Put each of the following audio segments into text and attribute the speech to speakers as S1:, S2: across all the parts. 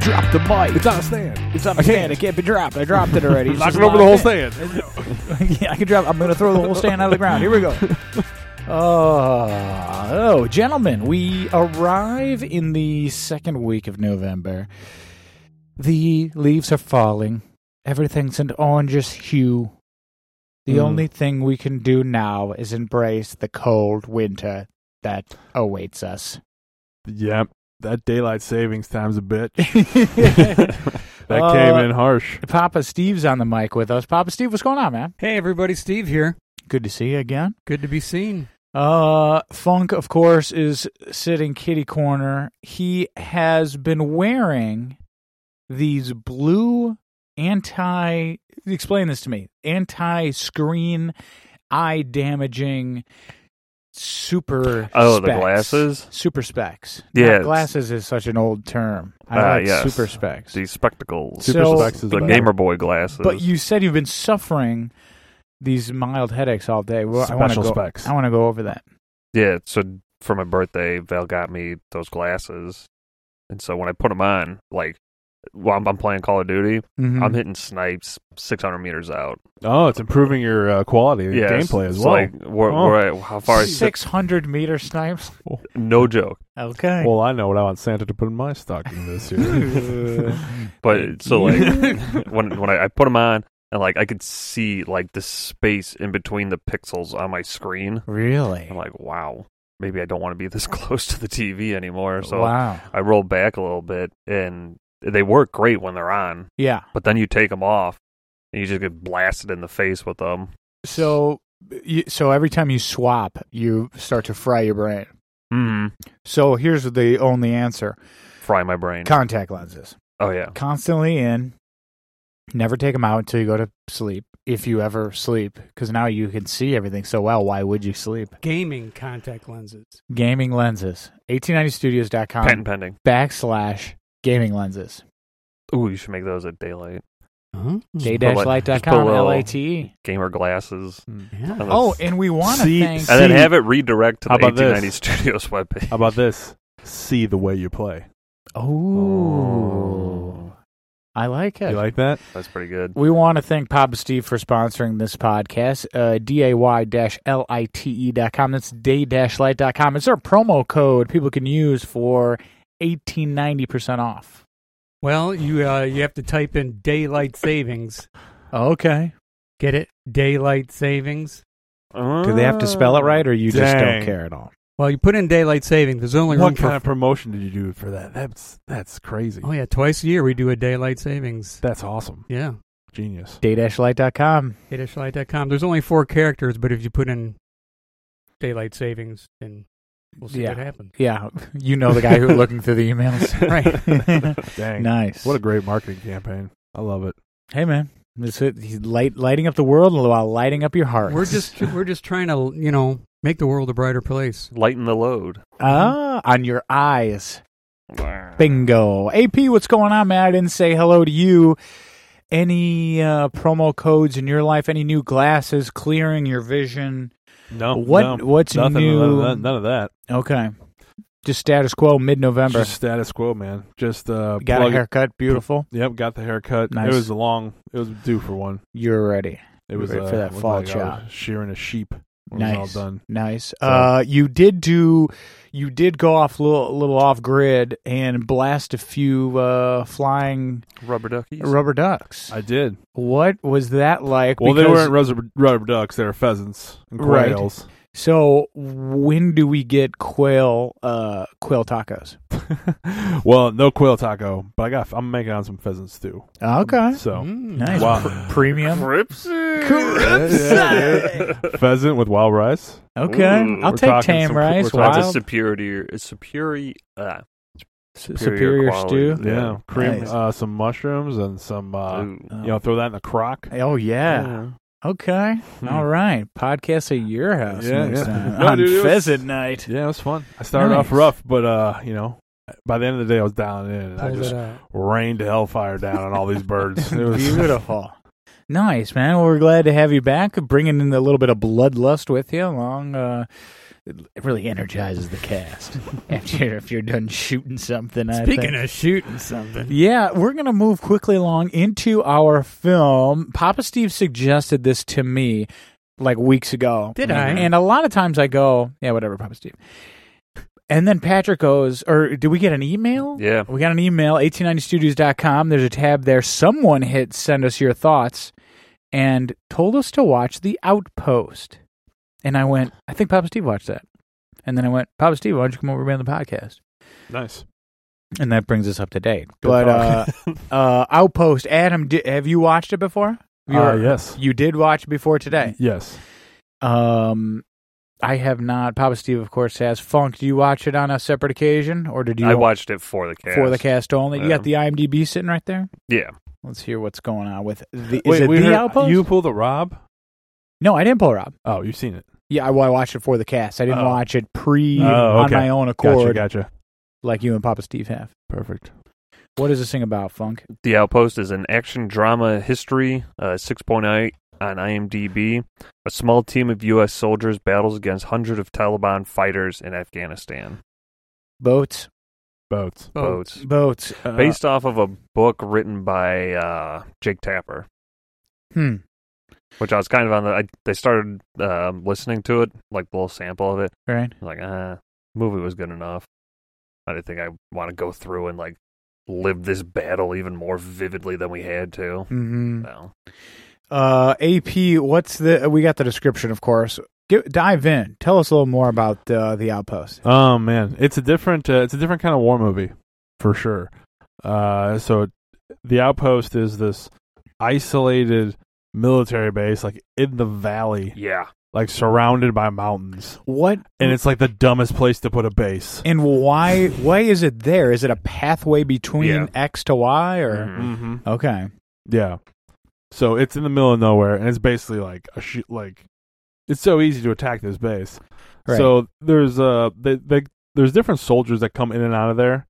S1: Drop the mic.
S2: It's on a stand.
S1: It's on a stand. It can't be dropped. I dropped it already. It's
S2: Knock
S1: just
S2: it over the whole
S1: locked
S2: stand.
S1: in. yeah, I can drop. I'm going to throw the whole stand out of the ground. Here we go. Uh, oh, gentlemen, we arrive in the second week of November. The leaves are falling. Everything's an orangish hue. The
S2: Mm.
S1: only thing we can do now is embrace the cold winter that awaits us.
S2: Yep. That daylight savings time's a bitch.
S1: Papa
S2: That
S1: Uh,
S2: came in harsh.
S1: Steve's on the mic with us. Papa Steve, what's going on, man?
S3: Hey, everybody, Steve here.
S1: Good to see you again.
S3: Good to be seen.
S1: Uh, Funk, of course, is sitting kitty corner. He has been wearing these blue anti. Explain this to me. Anti screen, eye damaging, super.
S4: Oh, the
S1: specs.
S4: glasses?
S1: Super specs.
S4: Yeah,
S1: Not
S4: it's-
S1: glasses is such an old term. I
S4: Ah,
S1: like
S4: yes.
S1: super specs.
S4: These spectacles.
S1: Super
S2: Super
S1: So-
S2: specs is
S4: the
S2: better.
S4: Gamer Boy glasses.
S1: But you said you've been suffering these mild headaches all day. Well, I want to
S2: Special
S1: go.
S2: specs.
S1: I want to go over that.
S4: yeah, so for my birthday, Val got me those glasses. And so when I put them on, like, while I'm, I'm playing Call of Duty,
S1: Mm-hmm.
S4: I'm
S2: Hmm.
S4: hitting snipes 600 meters out.
S2: Oh, it's improving your uh, quality of
S4: Yeah,
S2: gameplay
S4: it's
S2: as well.
S4: Like, where,
S2: Oh.
S4: where I- how far I sit,
S1: six hundred meter snipes.
S4: no joke.
S1: Okay.
S2: well, I know what I want Santa to put in my stocking this year.
S4: But so like when when I, I put them on, and like I could see like the space in between the pixels on my screen.
S1: really?
S4: I'm like, wow, maybe I don't want to be this close to the TV anymore. So
S1: wow.
S4: I roll back a little bit, and they work great when they're on,
S1: Yeah.
S4: but then you take them off, and you just get blasted in the face with them.
S1: So, you, so every time you swap, you start to fry your brain.
S4: Mm,
S1: Mm-hmm. So here's the only answer:
S4: fry my brain.
S1: contact lenses.
S4: Oh yeah,
S1: Constantly in. Never take them out until you go to sleep, if you ever sleep, because now you can see everything so well. Why would you sleep?
S3: Gaming contact lenses.
S1: gaming lenses 1890studios.com
S4: patent pending.
S1: backslash gaming lenses
S4: Ooh, you should make those at daylight.
S3: Huh?
S1: j
S4: put like- just put a
S1: light.com
S4: little-
S1: l-i-t
S4: Gamer glasses.
S2: Hmm.
S3: Yeah.
S4: And
S1: oh
S4: that's-
S1: and we want to
S2: See-
S1: thank
S4: and then
S2: see-
S4: have it redirect to
S2: How
S4: the
S2: about this?
S4: 1890 Studios webpage.
S2: How about this? See the way you play.
S1: oh i like it
S2: You like that?
S4: That's pretty good.
S1: we want to thank Papa Steve for sponsoring this podcast. Uh, D-A-Y-L-I-T-E.com. E That's day-light.com. It's our promo code people can use for 1890% off.
S3: Well, you uh, you have to type in daylight savings.
S1: Okay.
S3: Get it? Daylight savings.
S1: Do they have to spell it right or you just don't
S2: Dang.
S1: care at all?
S3: Well, you put in daylight savings. There's only room
S2: What
S3: for.
S2: kind of promotion did you do for that? That's that's crazy.
S3: oh yeah, twice a year we do a daylight savings.
S2: That's awesome.
S3: Yeah.
S2: Genius.
S1: Day-light.com.
S3: Daylight.com. There's only four characters, but if you put in daylight savings, then we'll see
S1: Yeah.
S3: what happens.
S1: Yeah, you know the guy who's looking through the emails. Right.
S2: Dang.
S1: nice.
S2: What a great marketing campaign. I love it.
S1: hey, man. This is, he's light, lighting up the world while lighting up your heart.
S3: We're just we're just trying to you know make the world a brighter place.
S4: Lighten the load.
S1: ah on your eyes. Bingo. AP, what's going on, man? I didn't say hello to you. Any uh, promo codes in your life? Any new glasses clearing your vision?
S2: No.
S1: What-
S2: no,
S1: what's
S2: nothing,
S1: new?
S2: None of that. None of that.
S1: Okay, just status quo, mid November.
S2: Just status quo, man. Just uh,
S1: Got a
S2: plug it-
S1: haircut, beautiful.
S2: Yep, got the haircut.
S1: Nice.
S2: It was a long. It was due for one.
S1: You're ready.
S2: It was
S1: Ready
S2: uh,
S1: for that
S2: looked
S1: fall
S2: like I
S1: chop.
S2: was Shearing a sheep. It
S1: Nice.
S2: Was all done.
S1: Nice.
S2: So-
S1: Uh, you did do, you did go off little, little off grid and blast a few uh, flying
S4: Rubber duckies.
S1: rubber ducks.
S2: I did.
S1: what was that like?
S2: Well, they
S1: Because-
S2: weren't rubber, rubber ducks. They were pheasants and
S1: Right.
S2: quails.
S1: So when do we get quail, uh, quail tacos?
S2: well, no quail taco, but I got. I'm making on some pheasant stew.
S1: Okay. Mm-hmm.
S2: So
S3: Mm.
S1: Nice.
S2: Wow.
S1: Pr- Premium.
S4: Cripsy.
S1: Cripsy.
S2: pheasant with wild rice.
S1: Okay.
S4: Ooh.
S1: I'll
S2: We're
S1: take
S2: talking
S1: tame
S2: some-
S1: rice.
S2: we're talking
S4: That's a
S1: Wild.
S4: superior, a superior, uh,
S1: Superior,
S4: superior
S1: stew.
S4: quality.
S2: Yeah, cream,
S1: Nice.
S2: uh, some mushrooms, and some. Uh,
S4: ooh.
S1: Oh.
S2: You know, throw that in the crock.
S1: Oh yeah. Okay.
S2: Hmm.
S1: All right. Podcast at your house
S2: Yeah,
S1: next
S2: yeah.
S1: time
S2: No,
S1: on
S2: dude, it was-
S1: pheasant night.
S2: Yeah, it was fun. I started
S1: Nice.
S2: off rough, but uh, you know, by the end of the day, I was down in, and I
S3: Pulls
S2: just
S3: it out.
S2: rained hellfire down on all these birds. It was
S1: Beautiful. nice, man. Well, we're glad to have you back, bringing in a little bit of bloodlust with you along. Uh, it really energizes the cast after if you're done shooting something. I think.
S3: Speaking of shooting something,
S1: Yeah, we're going to move quickly along into our film. Papa Steve suggested this to me like weeks ago.
S3: Did I?
S1: And a lot of times I go, yeah, whatever, Papa Steve. And then Patrick goes, or did we get an email?
S4: Yeah.
S1: We got an email, 1890studios.com. There's a tab there. Someone hit send us your thoughts and told us to watch The Outpost. And I went, I think Papa Steve watched that. And then I went, Papa Steve, why don't you come over and be on the podcast?
S2: nice.
S1: And that brings us up to date.
S2: Good
S1: but uh,
S2: talk.
S1: uh, Outpost, Adam, di- have you watched it before? You
S2: Uh,
S1: were-
S2: yes,
S1: You did watch it before today.
S2: yes.
S1: Um, I have not. Papa Steve, of course, has. Funk, do you watch it on a separate occasion, or did you
S4: I watched it for the cast.
S1: for the cast only? You
S4: Yeah.
S1: got the IMDb sitting right there.
S4: Yeah.
S1: Let's hear what's going on with the. Is
S2: Wait,
S1: it
S2: we
S1: the
S2: heard-
S1: outpost?
S2: You pulled a Rob?
S1: No, I didn't pull Rob.
S2: Oh, you've seen it.
S1: Yeah, I- well, I watched it for the cast. I didn't
S2: Oh.
S1: watch it pre
S2: Oh,
S1: on
S2: okay.
S1: my own
S2: Gotcha,
S1: accord,
S2: gotcha.
S1: like you and Papa Steve have.
S2: Perfect.
S1: What is this thing about, Funk?
S4: The Outpost is an action drama history, uh, 6.8 on IMDb. A small team of U.S. soldiers battles against hundreds of Taliban fighters in Afghanistan.
S1: Boats,
S2: Boats.
S3: Oh,
S4: Boats.
S1: boats. Uh,
S4: Based off of a book written by uh, Jake Tapper,
S1: hmm.
S4: which I was kind of on the. I, they started um listening to it, like the little sample of it.
S1: Right.
S4: Like, ah, movie was good enough. I didn't think I want to go through and like live this battle even more vividly than we had to.
S1: Mm-hmm.
S4: So,
S1: Uh, AP, what's the? uh, We got the description, of course. Get, dive in. Tell us a little more about uh, the outpost.
S2: Oh man, it's a different uh, it's a different kind of war movie for sure. Uh, so the outpost is this isolated military base like in the valley,
S4: yeah,
S2: like surrounded by mountains.
S1: What
S2: And it's like the dumbest place to put a base.
S1: and why? Why is it there? Is it a pathway between
S4: Yeah.
S1: X to Y or?
S4: Mhm.
S2: Mm-hmm.
S1: Okay.
S2: Yeah. So it's in the middle of nowhere, and it's basically like a sh- like it's so easy to attack this base.
S1: Right.
S2: So there's uh they, they, there's different soldiers that come in and out of there,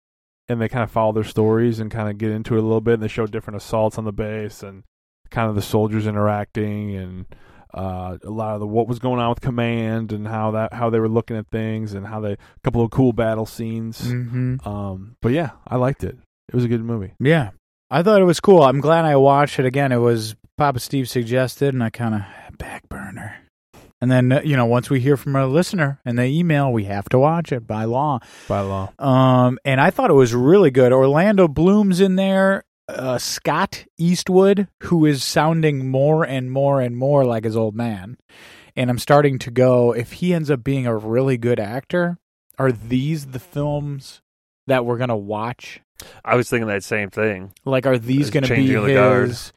S2: and they kind of follow their stories and kind of get into it a little bit, and they show different assaults on the base and kind of the soldiers interacting and uh, a lot of the what was going on with command and how that how they were looking at things and how they a couple of cool battle scenes.
S1: Mm-hmm.
S2: Um, but yeah, I liked it. It was a good movie.
S1: Yeah, I thought it was cool. I'm glad I watched it again. It was Papa Steve suggested, and I kind of back burner. And then uh, you know, once we hear from our listener and they email, we have to watch it by law.
S2: By law,
S1: Um, and I thought it was really good. Orlando Bloom's in there. Uh, Scott Eastwood, who is sounding more and more and more like his old man. And I'm starting to go, if he ends up being a really good actor, are these the films that we're going to watch?
S4: I was thinking that same thing.
S1: Like, are these
S4: It's
S1: going to be
S4: changing of the guard.
S1: his?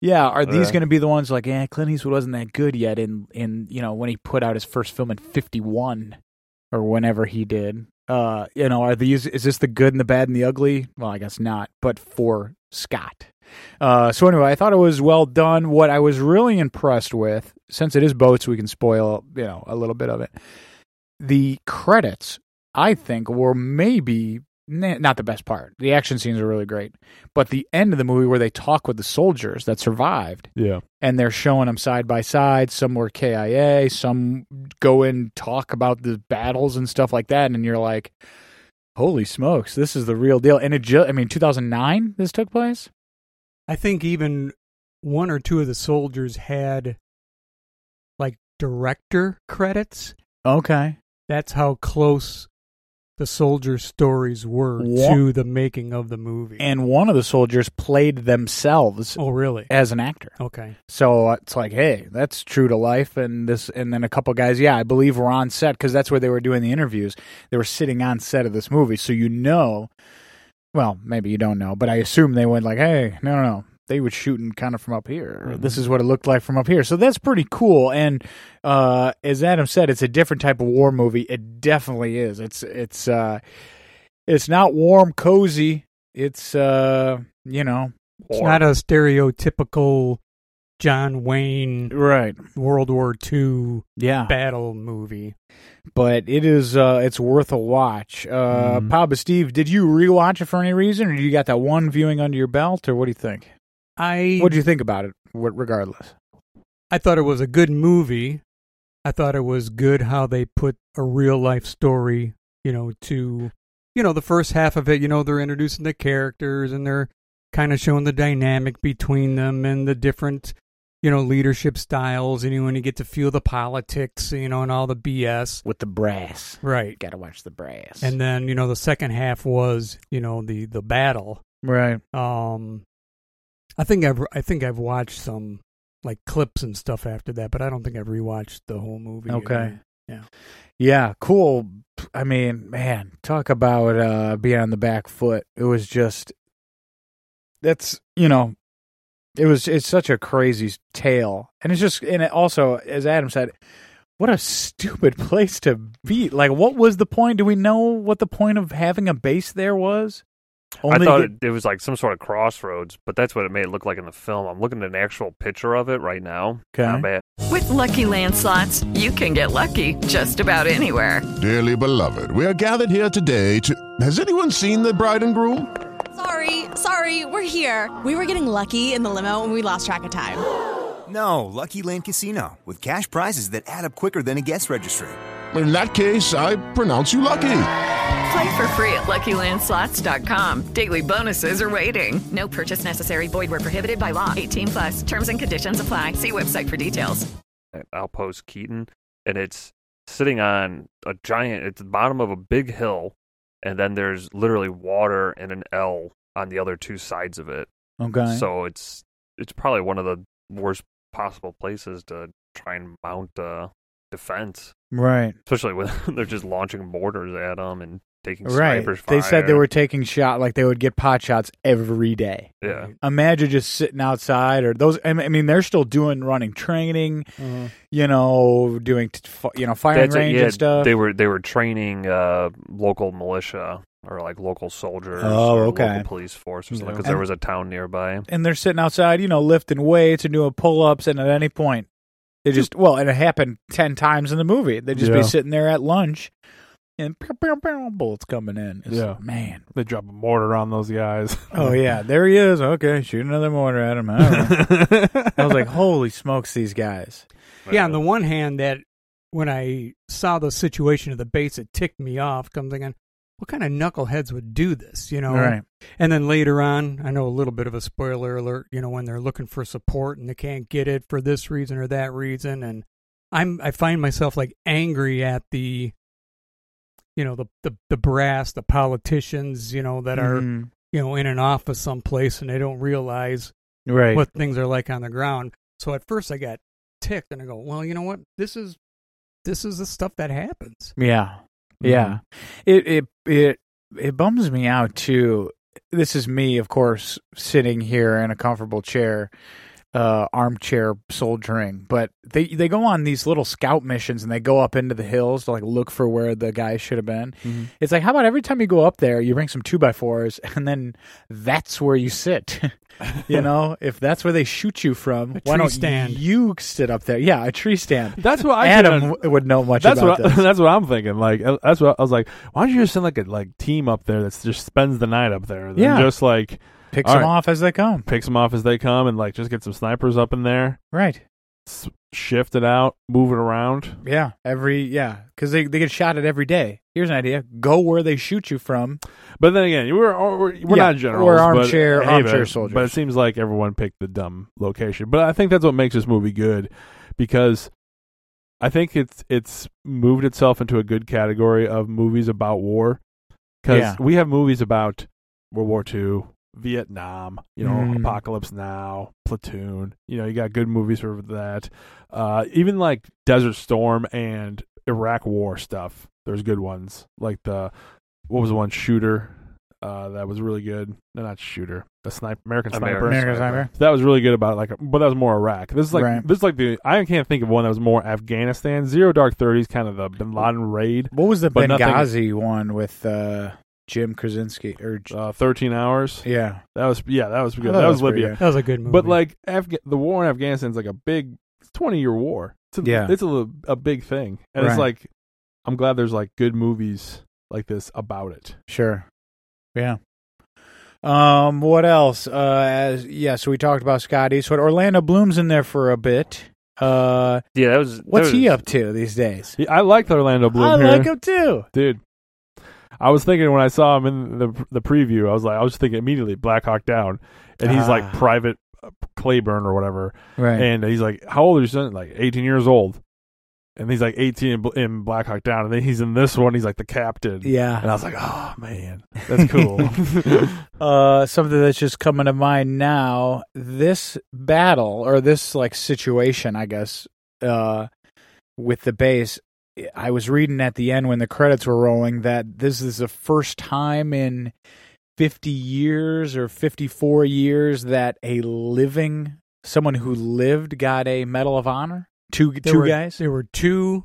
S1: Yeah, are these
S4: Yeah.
S1: going to be the ones like, eh, Clint Eastwood wasn't that good yet in, in, you know, when he put out his first film in 51 or whenever he did? Uh, you know, are these, is this the good and the bad and the ugly? Well, I guess not, but for Scott. Uh, so anyway, I thought it was well done. What I was really impressed with, since it is boats, we can spoil, you know, a little bit of it. The credits, I think, were maybe nah, not the best part. The action scenes are really great, but the end of the movie where they talk with the soldiers that survived
S2: yeah.
S1: and they're showing them side by side. Some were KIA, some go in talk about the battles and stuff like that, and you're like, "Holy smokes, this is the real deal!" And it, ju- I mean, 2009 this took place.
S3: I think even one or two of the soldiers had like director credits.
S1: Okay,
S3: That's how close the soldier stories were
S1: Wha-
S3: to the making of the movie.
S1: And one of the soldiers played themselves
S3: oh, really?
S1: as an actor.
S3: Okay.
S1: So it's like, hey, that's true to life, and this, and then a couple guys, yeah, I believe were on set because that's where they were doing the interviews. They were sitting on set of this movie, so you know, well, maybe you don't know, but I assume they went like, hey, no, no, no, they were shooting kind of from up here.
S2: Mhm.
S1: This is what it looked like from up here, so that's pretty cool. And uh, as Adam said, it's a different type of war movie. It definitely is. It's it's uh, it's not warm, cozy. It's uh, you know,
S3: It's not a stereotypical John Wayne
S1: right,
S3: World War II
S1: yeah.
S3: battle movie.
S1: but it is uh it's worth a watch. Uh
S2: Mhm.
S1: Papa Steve, did you rewatch it for any reason or you got that one viewing under your belt or what do you think?
S3: I
S1: What do you think about it what, regardless?
S3: I thought it was a good movie. I thought it was good how they put a real life story, you know, to you know, the first half of it, you know, they're introducing the characters and they're kind of showing the dynamic between them and the different, you know, leadership styles and you when you get to feel the politics, you know, and all the BS.
S1: With the brass.
S3: Right.
S1: Got to watch the brass.
S3: And then, you know, the second half was, you know, the the battle.
S1: right.
S3: Um, I think I've I think I've watched some like clips and stuff after that, but I don't think I've rewatched the whole movie.
S1: Okay. Yeah, cool. I mean, man, talk about uh being on the back foot. It was just that's, you know, it was it's such a crazy tale. And it's just and it also as Adam said, what a stupid place to be. Like what was the point? Do we know what the point of having a base there was?
S4: I
S1: to
S4: thought
S1: get-
S4: it, it was like some sort of crossroads, but that's what it made it look like in the film. I'm looking at an actual picture of it right now.
S1: Okay.
S4: Not bad.
S5: With Lucky Land slots, you can get lucky just about anywhere.
S6: Dearly beloved, we are gathered here today to. Has anyone seen the bride and groom?
S7: Sorry, sorry, we're here. We were getting lucky in the limo and we lost track of time.
S8: No, Lucky Land Casino, with cash prizes that add up quicker than a guest registry.
S6: In that case, I pronounce you lucky.
S5: Play for free at LuckyLandSlots.com. Daily bonuses are waiting. No purchase necessary. Void were prohibited by law. 18 plus. Terms and conditions apply. See website for details.
S4: at Outpost Keaton, and it's sitting on a giant. It's the bottom of a big hill, and then there's literally water and an L on the other two sides of it.
S1: Okay.
S4: So it's it's probably one of the worst possible places to try and mount uh, defense,
S1: right.
S4: especially when they're just launching mortars at them and taking
S1: Right.
S4: snipers.
S1: They said they
S4: fire.
S1: were taking shot like they would get pot shots every day.
S4: yeah.
S1: imagine just sitting outside or those i mean I mean, they're still doing running training you know doing t- fi- you know firing
S4: That's it,
S1: range
S4: yeah,
S1: and stuff
S4: They were they were training uh, local militia or like local soldiers
S1: Oh,
S4: or
S1: okay.
S4: local police force or something
S2: Yeah.
S4: because there
S1: And-
S4: was a town nearby.
S1: and they're sitting outside you know lifting weights and doing pull-ups and at any point they just well and it happened 10 times in the movie they'd just
S2: Yeah.
S1: be sitting there at lunch and pew, pew, pew, bullets coming in It's
S2: Yeah.
S1: like, man
S2: They drop a mortar on those guys.
S1: oh yeah there he is okay shoot another mortar at him I, don't know. I was like holy smokes these guys
S3: Yeah. On the one hand, that when I saw the situation of the base, it ticked me off. 'cause I'm thinking, what kind of knuckleheads would do this? You know.
S1: all right
S3: And then later on, I know a little bit of a spoiler alert. You know, when they're looking for support and they can't get it for this reason or that reason, and I'm I find myself like angry at the, you know, the the, the brass, the politicians, you know, that are
S1: Mhm.
S3: you know in an office someplace and they don't realize
S1: right
S3: what things are like on the ground. So at first I got ticked and I go, well, you know what? This is this is the stuff that happens.
S1: Yeah.
S2: Mm-hmm.
S1: Yeah. It it it it bums me out too. This is me, of course, sitting here in a comfortable chair, uh, armchair soldiering. But they they go on these little scout missions and they go up into the hills to like look for where the guy should have been.
S2: Mm-hmm.
S1: It's like, how about every time you go up there, you bring some two by fours and then that's where you sit. you know, if that's where they shoot you from,
S3: A
S1: why
S3: tree
S1: don't
S3: stand.
S1: you sit up there? Yeah, a tree stand.
S2: That's what I
S1: Adam
S2: couldn't-
S1: w- would know much
S2: that's
S1: about
S2: what I,
S1: this.
S2: that's what I'm thinking. Like uh, that's what I was like. Why don't you just send like a like team up there that just spends the night up there? and
S1: Yeah.
S2: just like
S1: Picks
S2: All
S1: them
S2: right.
S1: off as they come.
S2: picks them off as they come and like just get some snipers up in there,
S1: Right.
S2: s- shift it out, move it around.
S1: Yeah. Every yeah, because they they get shot at every day. Here's an idea: go where they shoot you from.
S2: But then again, we're we're, we're
S1: Yeah,
S2: not generals.
S1: we're
S2: but-
S1: armchair-
S2: hey,
S1: armchair
S2: but-
S1: soldiers.
S2: But it seems like everyone picked the dumb location. But I think that's what makes this movie good, because I think it's it's moved itself into a good category of movies about war because
S1: Yeah.
S2: we have movies about World War II, Vietnam, you know,
S1: Mm.
S2: Apocalypse Now, Platoon. You know, you got good movies for that. Uh, even like Desert Storm and Iraq War stuff. There's good ones like the what was the one Shooter uh, that was really good. No, not Shooter. The sniper, American Sniper.
S4: American
S1: American Sniper.
S2: That was really good about like, but that was more Iraq. This is like
S1: Right.
S2: this is like the I can't think of one that was more Afghanistan. Zero Dark Thirties, kind of the Bin Laden raid.
S1: What was the
S2: But nothing-
S1: Benghazi one with uh, Jim Krasinski? Or J-
S2: Uh, Thirteen hours.
S1: yeah,
S2: That was yeah, that was
S1: I thought
S2: good. That was
S1: pretty
S2: Libya.
S1: good.
S3: That was a good movie.
S2: But like Afga- the war in Afghanistan is like a big twenty year war. It's a,
S1: Yeah.
S2: it's a, li- a big thing, and
S1: Right.
S2: it's like I'm glad there's like good movies like this about it.
S1: Sure. Yeah. Um. What else? Uh. As, yeah. So we talked about Scott Eastwood. Orlando Bloom's in there for a bit. Uh.
S4: Yeah, that was.
S1: What's
S4: that was,
S1: he up to these days?
S2: Yeah, I like Orlando Bloom.
S1: I
S2: here.
S1: like him too.
S2: dude. I was thinking when I saw him in the the preview, I was like, I was just thinking immediately Black Hawk Down, and he's
S1: Ah.
S2: like Private uh, Claiborne or whatever,
S1: Right.
S2: and he's like, How old are your son? Like eighteen years old, and he's like eighteen in, Bl- in Black Hawk Down, and then he's in this one, he's like the captain, and
S1: yeah.
S2: I was like, Oh man, that's cool.
S1: Uh. Something that's just coming to mind now. This battle or this like situation, I guess. Uh. With the base, I was reading at the end when the credits were rolling that this is the first time in 50 years or 54 years that a living someone who lived got a medal of honor two
S3: There
S1: two
S3: were-
S1: guys
S3: There were two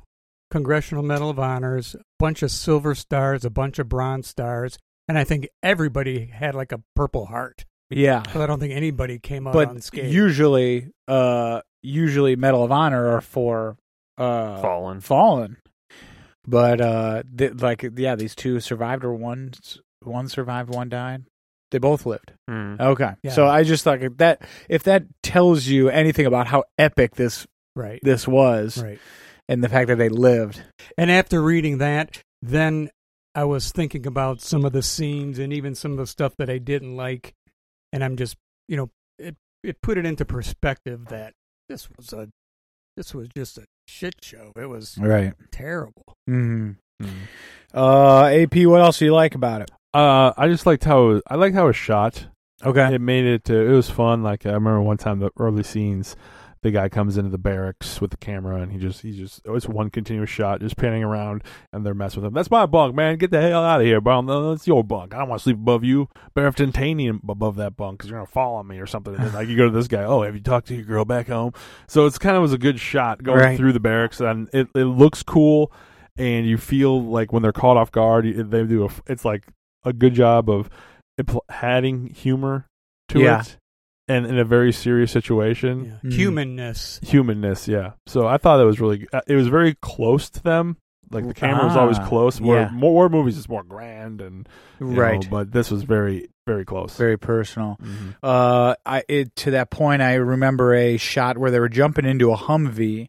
S3: Congressional Medal of Honors, a bunch of silver stars, a bunch of bronze stars, and I think everybody had like a purple heart.
S1: yeah
S3: So I don't think anybody came out
S1: but
S3: unscathed.
S1: usually uh usually medal of honor are for uh
S4: Fallen.
S1: fallen but uh th- like yeah these two survived or one s- one survived one died they both lived
S4: Hmm.
S1: Okay.
S3: Yeah.
S1: So I just thought that if that tells you anything about how epic this
S3: right,
S1: this was
S3: right.
S1: and the fact that they lived.
S3: And after reading that, then I was thinking about some of the scenes and even some of the stuff that I didn't like, and I'm just, you know, it it put it into perspective that this was a this was just a shit show. It was
S1: Right.
S3: terrible. Mm-hmm.
S1: hmm Uh AP, what else do you like about it?
S2: Uh, I just liked how it was- I liked how it was shot.
S1: Okay.
S2: It made it. Uh, it was fun. Like I remember one time the early scenes, the guy comes into the barracks with the camera and he just he just oh, it's one continuous shot, just panning around, and they're messing with him. That's my bunk, man. Get the hell out of here, bro. No, That's your bunk. I don't want to sleep above you. Better have titanium above that bunk because you're gonna fall on me or something. And then, like you go to this guy. Oh, have you talked to your girl back home? So it's kind of was a good shot going
S1: Right.
S2: through the barracks, and it it looks cool. And you feel like when they're caught off guard, you- they do. A, it's like a good job of impl- adding humor to
S1: Yeah.
S2: it and in a very serious situation
S3: Yeah.
S1: Mm.
S3: Humanness.
S2: humanness yeah so i thought that was really uh, it was very close to them like the camera was always
S1: Ah,
S2: close where
S1: yeah.
S2: more war movies is more grand and you know,
S1: Right.
S2: but this was very very close
S1: Very personal.
S2: Mhm.
S1: Uh I it, to that point I remember a shot where they were jumping into a Humvee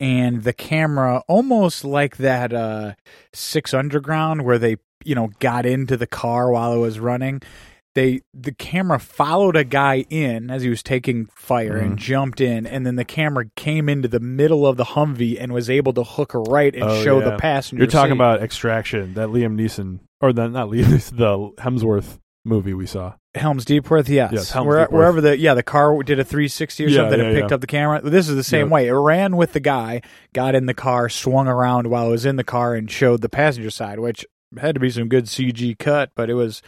S1: and the camera almost like that uh 6 underground where they, you know, got into the car while it was running. They the camera followed a guy in as he was taking fire and
S2: Mhm.
S1: jumped in and then the camera came into the middle of the Humvee and was able to hook a right and
S2: Oh,
S1: show
S2: yeah.
S1: the passenger.
S2: you're talking
S1: seat.
S2: about extraction that liam neeson or the, not liam neeson, the hemsworth movie we saw
S1: Helms Deepworth, yes.
S2: Yes, Helm's
S1: Where,
S2: Deep Worth.
S1: Wherever the yeah, the car did a 360 or
S2: Yeah,
S1: something and
S2: yeah,
S1: picked
S2: yeah.
S1: up the camera. This is the same
S2: Yeah.
S1: way. It ran with the guy, got in the car, swung around while it was in the car and showed the passenger side, which had to be some good CG cut, but it was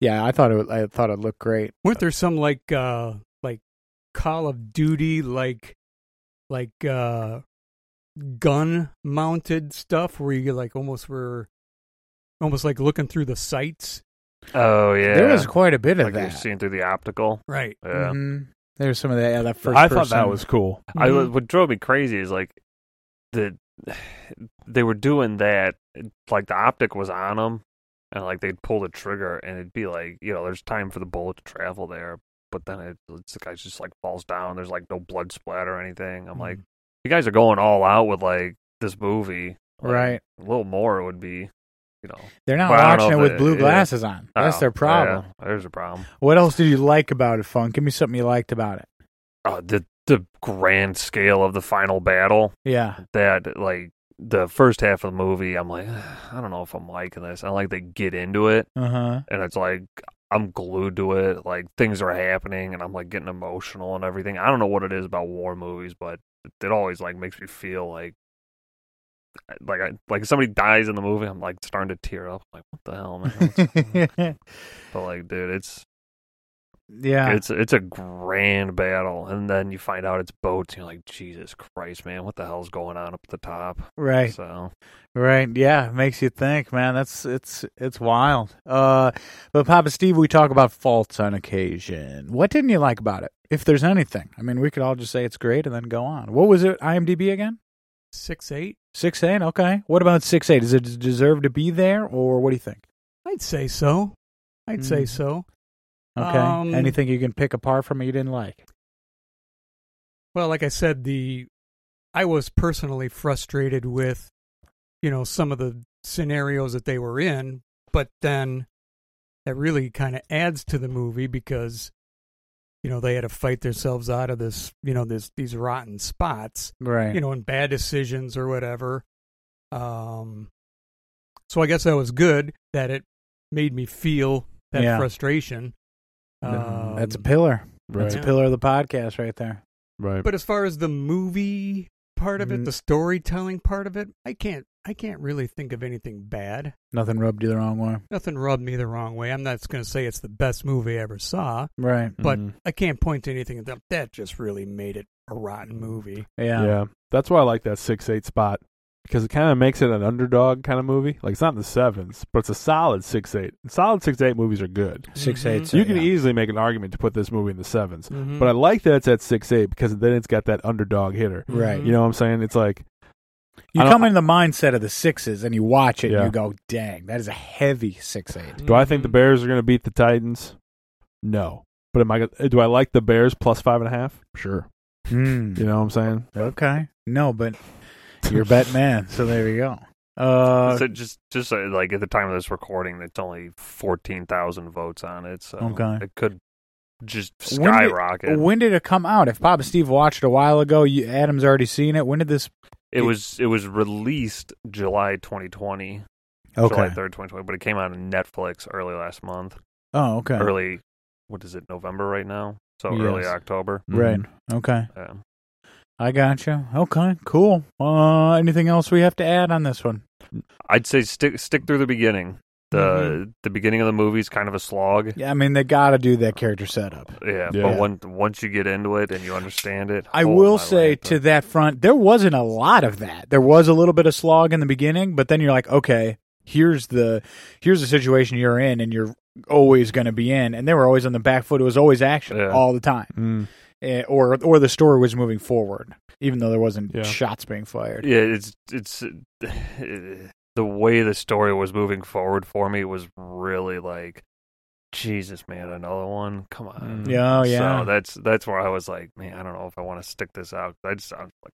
S1: yeah, I thought it was, I thought it looked great.
S3: Weren't there some like uh like Call of Duty like like uh gun mounted stuff where you like almost were almost like looking through the sights?
S4: Oh yeah.
S1: There was quite a bit of
S4: like you're
S1: that.
S4: seeing through the optical.
S3: Right.
S4: Yeah.
S1: Mhm. There's some of that yeah, that first
S2: i thought
S1: person.
S2: that was cool
S4: I
S1: Mm-hmm.
S4: was- what drove me crazy is like the they were doing that like the optic was on them and like they'd pull the trigger and it'd be like you know there's time for the bullet to travel there but then it, it's the guy just like falls down there's like no blood splatter or anything I'm like
S1: Mm-hmm.
S4: you guys are going all out with like this movie Like,
S1: Right.
S4: a little more would be you know
S1: They're not
S4: Well, I don't
S1: watching it
S4: know if
S1: with
S4: it-
S1: blue
S4: yeah.
S1: glasses on. That's
S4: oh,
S1: their problem.
S4: yeah, there's a problem
S1: What else did you like about it, Funk? Give me something you liked about it.
S4: uh, the the grand scale of the final battle
S1: Yeah.
S4: that like the first half of the movie, I'm like, I don't know if I'm liking this. I like they get into it,
S1: Uh huh.
S4: and it's like I'm glued to it. Like things are happening, and I'm like getting emotional and everything. I don't know what it is about war movies, but it always like makes me feel like uh, like I like if somebody dies in the movie, I'm like starting to tear up. Like what the hell, man? What's going on? but like, dude, it's
S1: yeah.
S4: it's it's a grand battle, and then you find out it's boats, and you're like, Jesus Christ, man, what the hell's going on up at the top?
S1: right.
S4: So
S1: Right. Yeah. It makes you think, man. That's it's it's wild. Uh but Papa Steve, we talk about faults on occasion. What didn't you like about it? If there's anything. I mean we could all just say it's great and then go on. What was it IMDB again?
S3: Six eight.
S1: Six eight, okay. What about six eight? Does it deserve to be there or what do you think?
S3: I'd say so. I'd say
S1: Mm.
S3: so.
S1: Okay.
S3: Um,
S1: anything you can pick apart from it you didn't like?
S3: Well, like I said, the I was personally frustrated with, you know, some of the scenarios that they were in, but then that really kind of adds to the movie because, you know, they had to fight themselves out of this, you know, this these rotten spots,
S1: Right.
S3: you know, and bad decisions or whatever. Um, so I guess that was good that it made me feel that
S1: Yeah.
S3: frustration.
S1: Mm, that's a
S3: Um,
S1: pillar. That's a
S3: Right.
S1: pillar of the podcast right there.
S2: Right.
S3: But as far as the movie part of it,
S1: Mm.
S3: the storytelling part of it, I can't I can't really think of anything bad.
S1: Nothing rubbed you the wrong way.
S3: Nothing rubbed me the wrong way. I'm not going to say it's the best movie I ever saw,
S1: Right.
S3: but
S2: Mhm.
S3: I can't point to anything that that just really made it a rotten movie.
S1: Yeah.
S2: That's why I like that six eight spot because it kind of makes it an underdog kind of movie. Like it's not in the sevens, but it's a solid six eight. Solid six eight movies are good.
S1: Six
S3: Mhm.
S1: eight.
S2: you can
S1: yeah. Mm-hmm.
S2: easily make an argument to put this movie in the 7s
S3: Mhm.
S2: But uh, I like that it's at six eight because then it's got that underdog hitter.
S1: Right.
S2: You know what I'm saying? It's like
S1: You
S2: I don't-
S1: come in the mindset of the sixes and you watch it
S2: Yeah.
S1: and you go, dang, that is a heavy six eight.
S2: Do I think the
S3: Mhm.
S2: Bears are going to beat the Titans? No. But am I? gonna- Do I like the Bears plus five and a half? Sure. You know what I'm saying?
S1: Okay. No, but you're Batman, so there you go. Uh,
S4: So just just uh, like at the time of this recording, it's only fourteen thousand votes on it, so
S1: Okay.
S4: it could just
S1: when did-
S4: skyrocket.
S1: When did it come out? If Papa Steve watched it a while ago, you, Adam's already seen it. When did this?
S4: it was it was released July 2020, July
S1: Okay.
S4: 3rd, 2020, but it came out on Netflix early last month,
S1: Oh, okay.
S4: early what is it November right now? So early
S1: Yes.
S4: October.
S2: Hmm.
S1: Right. Okay.
S4: Yeah.
S1: I gotcha. Okay. Cool. Uh, anything else we have to add on this one?
S4: I'd say stick stick through the beginning. The the beginning of the movie is kind of a slog.
S1: Mm-hmm. Yeah, I mean they got to do that character setup.
S4: Yeah,
S2: Yeah.
S4: but once once you get into it and you understand it,
S1: I
S4: oh
S1: will
S4: my
S1: say
S4: lanta.
S1: to that front, there wasn't a lot of that. There was a little bit of slog in the beginning, but then you're like, okay, here's the here's the situation you're in, and you're always going to be in. And they were always on the back foot. It was always action
S4: Yeah. Mm-hmm.
S1: all the time,
S2: Mm.
S1: Eh, or or the story was moving forward, even though there wasn't
S2: Yeah.
S1: shots being fired.
S4: Yeah, it's it's the way the story was moving forward for me was really like, Jesus, man, another one. Come on.
S2: Mm.
S1: Yeah, oh, yeah.
S4: So that's that's where I was like, man, I don't know if I want to stick this out. I just I'm like,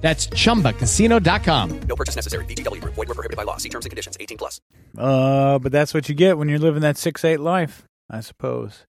S9: That's chumbacasino.com.
S1: Uh, but that's what you get when you're living that six eight life, I suppose.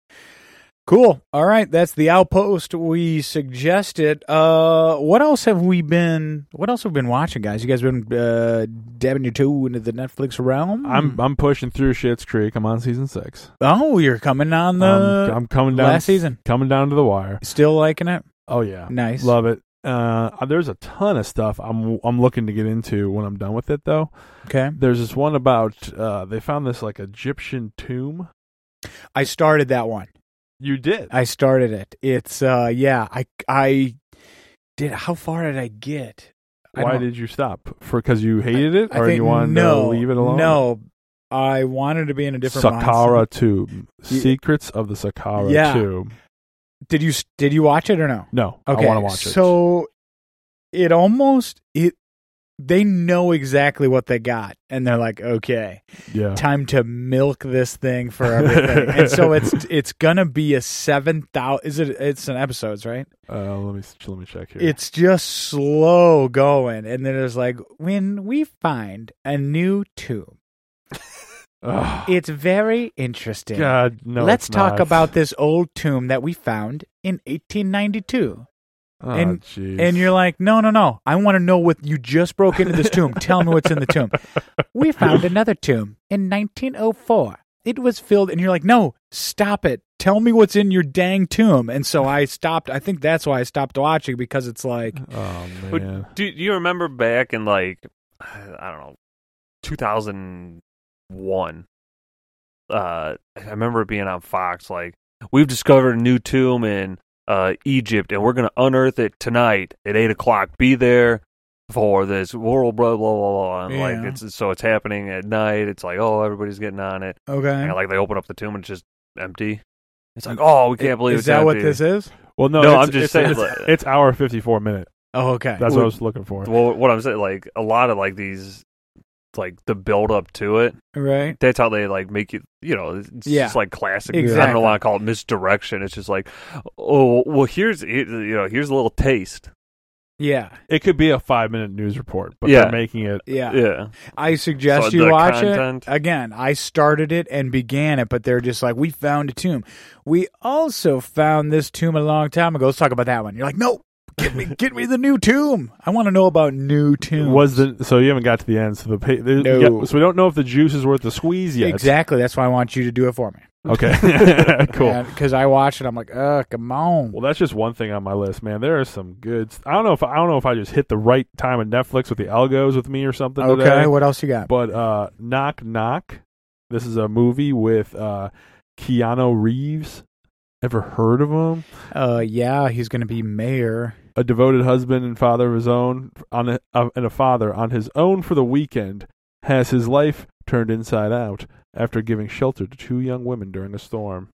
S1: Cool. All right, that's the outpost we suggested. Uh, what else have we been? What else have we been watching, guys? You guys been uh, dabbing your toe into the Netflix realm?
S2: I'm I'm pushing through Shit's Creek. I'm on season six.
S1: Oh, you're coming on the.
S2: Um, I'm, I'm coming down
S1: last season.
S2: Coming down to the wire.
S1: Still liking it?
S2: Oh yeah.
S1: Nice.
S2: Love it. Uh, there's a ton of stuff I'm I'm looking to get into when I'm done with it though.
S1: Okay.
S2: There's this one about uh, they found this like Egyptian tomb.
S1: I started that one.
S2: You did.
S1: I started it. It's uh yeah, I I did how far did I get? I
S2: Why
S1: don't-
S2: did you stop? For because you hated it,
S1: I
S2: or
S1: think-
S2: you wanted
S1: no,
S2: to leave it alone?
S1: No. I wanted to be in a different
S2: Saqqara
S1: mindset.
S2: tomb.
S1: Ye-
S2: Secrets of the Saqqara
S1: Yeah.
S2: tomb.
S1: Did you did you watch it or no?
S2: No,
S1: Okay.
S2: I want to watch it.
S1: So it almost it they know exactly what they got and they're like, "Okay,
S2: yeah,
S1: time to milk this thing for everything." and so it's it's going to be a 7,000 is it it's an episodes, right?
S2: uh, let me let me check here.
S1: It's just slow going and then it's like, "When we find a new tomb,
S2: Ugh.
S1: it's very interesting."
S2: God, no.
S1: Let's
S2: it's
S1: talk
S2: not.
S1: about this old tomb that we found in 1892.
S2: Oh,
S1: and
S2: jeez.
S1: and you're like, no, no, no. I want to know what you just broke into this tomb. Tell me what's in the tomb. We found another tomb in 1904. It was filled, and you're like, no, stop it. Tell me what's in your dang tomb. And so I stopped. I think that's why I stopped watching because it's like,
S2: Oh
S4: But
S2: man.
S4: do, do you remember back in like I don't know, two thousand one? Uh, I remember it being on Fox. Like we've discovered a new tomb in uh, Egypt, and we're gonna unearth it tonight at eight o'clock. Be there for this world, blah blah blah blah. And
S1: Yeah.
S4: Like it's so it's happening at night. It's like oh everybody's getting on it,
S1: okay,
S3: Oh,
S4: and like they open up the tomb and it's just empty. It's like oh we can't believe
S1: is
S4: it's
S1: that what
S4: empty.
S1: this is?
S2: Well, no,
S4: No,
S2: it's-
S4: I'm just
S2: it's-
S4: saying,
S2: It's,
S4: like-
S2: it's hour fifty four minute.
S1: Oh, okay.
S2: That's what I was looking for.
S4: Well, what I'm saying, like a lot of like these, like the build up to it.
S1: right.
S4: That's how they like make you. You know, it's it's
S1: Yeah.
S4: just like classic. I don't
S1: Exactly.
S4: know why I call it misdirection. It's just like, oh, well, here's you know, here's a little taste.
S1: Yeah,
S2: It could be a five minute news report, but
S4: Yeah.
S2: they're making it.
S1: yeah.
S4: Yeah,
S1: I suggest
S4: So
S1: you
S4: the
S1: watch
S4: content-
S1: it again. I started it and began it, but they're just like, we found a tomb. We also found this tomb a long time ago. Let's talk about that one. You're like, no, get me, get me the new tomb. I want to know about new tombs.
S2: Was the so you haven't got to the end? So the pa- the-
S1: No.
S2: yeah, so we don't know if the juice is worth the squeeze yet.
S1: exactly? That's why I want you to do it for me.
S2: Okay. cool.
S1: Because I watched it, I'm like, uh, come on.
S2: Well, that's just one thing on my list, man. There are some good. I don't know if I don't know if I just hit the right time at Netflix with the algos with me or something.
S1: okay,
S2: today,
S1: what else you got?
S2: but uh, Knock Knock. This is a movie with uh, Keanu Reeves. Ever heard of him?
S1: Uh, yeah, he's going to be mayor.
S2: a devoted husband and father of his own on a, uh, and a father on his own for the weekend has his life turned inside out after giving shelter to two young women during a storm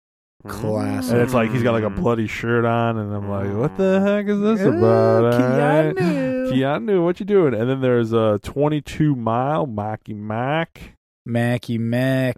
S1: Classic.
S2: and it's like he's got like a
S4: Mm.
S2: bloody shirt on and i'm like what the heck is this
S1: Mm.
S2: about
S1: Ooh,
S2: All right.
S1: Keanu.
S2: Keanu, what you doing and then there's a 22 mile mocky mac
S1: Mackie Mac,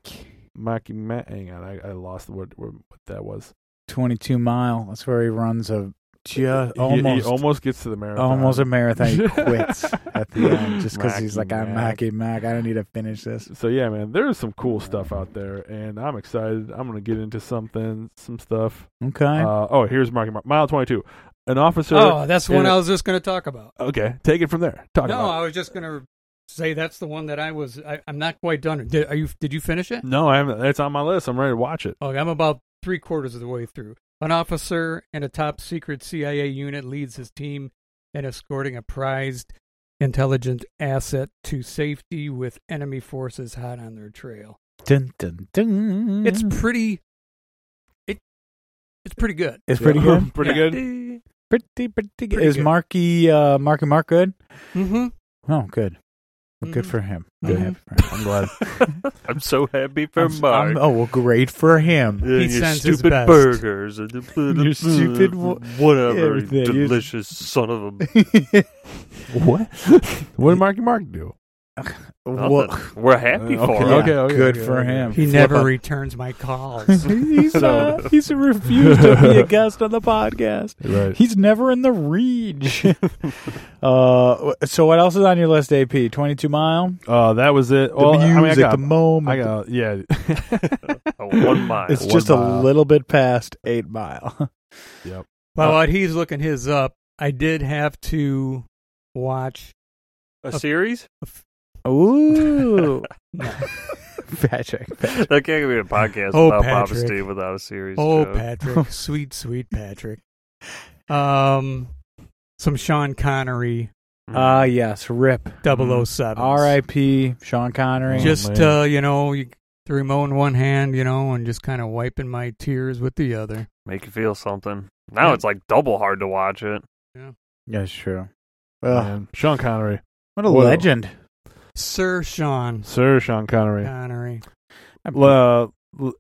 S2: mocky mac hang on i, I lost the word word- what that was
S1: 22 mile. That's where he runs a just
S2: He- he,
S1: almost.
S2: almost gets to the marathon
S1: Almost a marathon. He quits at the end just because he's like,
S2: Mackey
S1: I'm
S2: Mack.
S1: Mackey Mac. I don't need to finish this.
S2: So yeah, man, there's some cool stuff out there, and I'm excited. I'm gonna get into something, some stuff.
S1: Okay.
S2: Uh, oh, here's Marky Mark, Mile 22. An officer.
S3: oh, that's the one
S2: in a-
S3: I was just going to talk about.
S2: Okay, take it from there. Talk
S3: no,
S2: about.
S3: I was just going to say that's the one that I was. I, I'm not quite done. Did, are you? Did you finish it?
S2: it. No, I haven't. It's on my list. I'm ready to watch it.
S3: Okay, I'm about three quarters of the way through. An officer and a top secret CIA unit leads his team in escorting a prized intelligent asset to safety with enemy forces hot on their trail.
S1: dun, dun, dun.
S3: It's pretty. It, it's pretty good.
S1: it's pretty
S2: Yeah.
S1: good.
S2: pretty
S3: Yeah.
S2: good.
S1: Pretty pretty good.
S3: Pretty
S1: Is
S3: good.
S1: Marky uh, Marky Mark good?
S3: Mm-hmm.
S1: Oh, good. Well,
S3: Mhm.
S1: Good
S4: Mm-hmm.
S1: for him.
S3: Good.
S1: I'm happy for him.
S2: I'm glad.
S4: I'm so happy for
S1: Mm-hmm. I'm s- I'm-
S4: Mark.
S1: oh well, great for him.
S4: And
S3: He
S4: your
S3: sends his
S4: stupid
S3: best.
S4: burgers and the-
S1: Your stupid wo-
S4: whatever
S1: everything. You-
S4: delicious son of a.
S2: what? what did Marky Mark do?
S1: Well,
S4: Nothing. We're happy
S2: Uh,
S4: for
S2: okay,
S4: him.
S2: okay, okay,
S1: good
S2: okay,
S1: for
S2: okay.
S1: him.
S3: He
S1: Flip
S3: never
S1: a-
S3: returns my calls.
S1: he's uh, he's refused to be a guest on the podcast.
S2: Right.
S1: He's never in the reach. uh, so what else is on your list? AP twenty two mile.
S2: Uh, that was it.
S1: the
S2: Well,
S1: music,
S2: I mean, I got,
S1: the moment.
S2: I got, yeah.
S4: A one mile.
S1: it's
S2: one
S1: just a
S2: mile.
S1: little bit past eight mile.
S2: yep.
S3: While while he's looking his up, I did have to watch.
S4: a series
S1: Ooh, Patrick.
S4: that can't be a podcast
S3: Oh,
S4: about Papa
S3: Patrick.
S4: Steve without a series.
S3: Oh,
S4: Joe.
S3: Patrick, sweet, sweet Patrick. Um, some Sean Connery
S1: Ah, yes, Rip.
S2: Mm-hmm.
S3: 007.
S1: R.I.P. Sean Connery.
S3: Just,
S2: man.
S3: uh, you know, you, the remote in one hand, you know, and just kind of wiping my tears with the other.
S4: Make you feel something. Now
S3: Yeah.
S4: it's like double hard to watch it.
S1: That's true. Ugh,
S2: Man, Sean Connery,
S1: what a
S2: Whoa.
S1: legend.
S3: Sir Sean
S2: Sir Sean Connery,
S3: Connery.
S2: L- uh,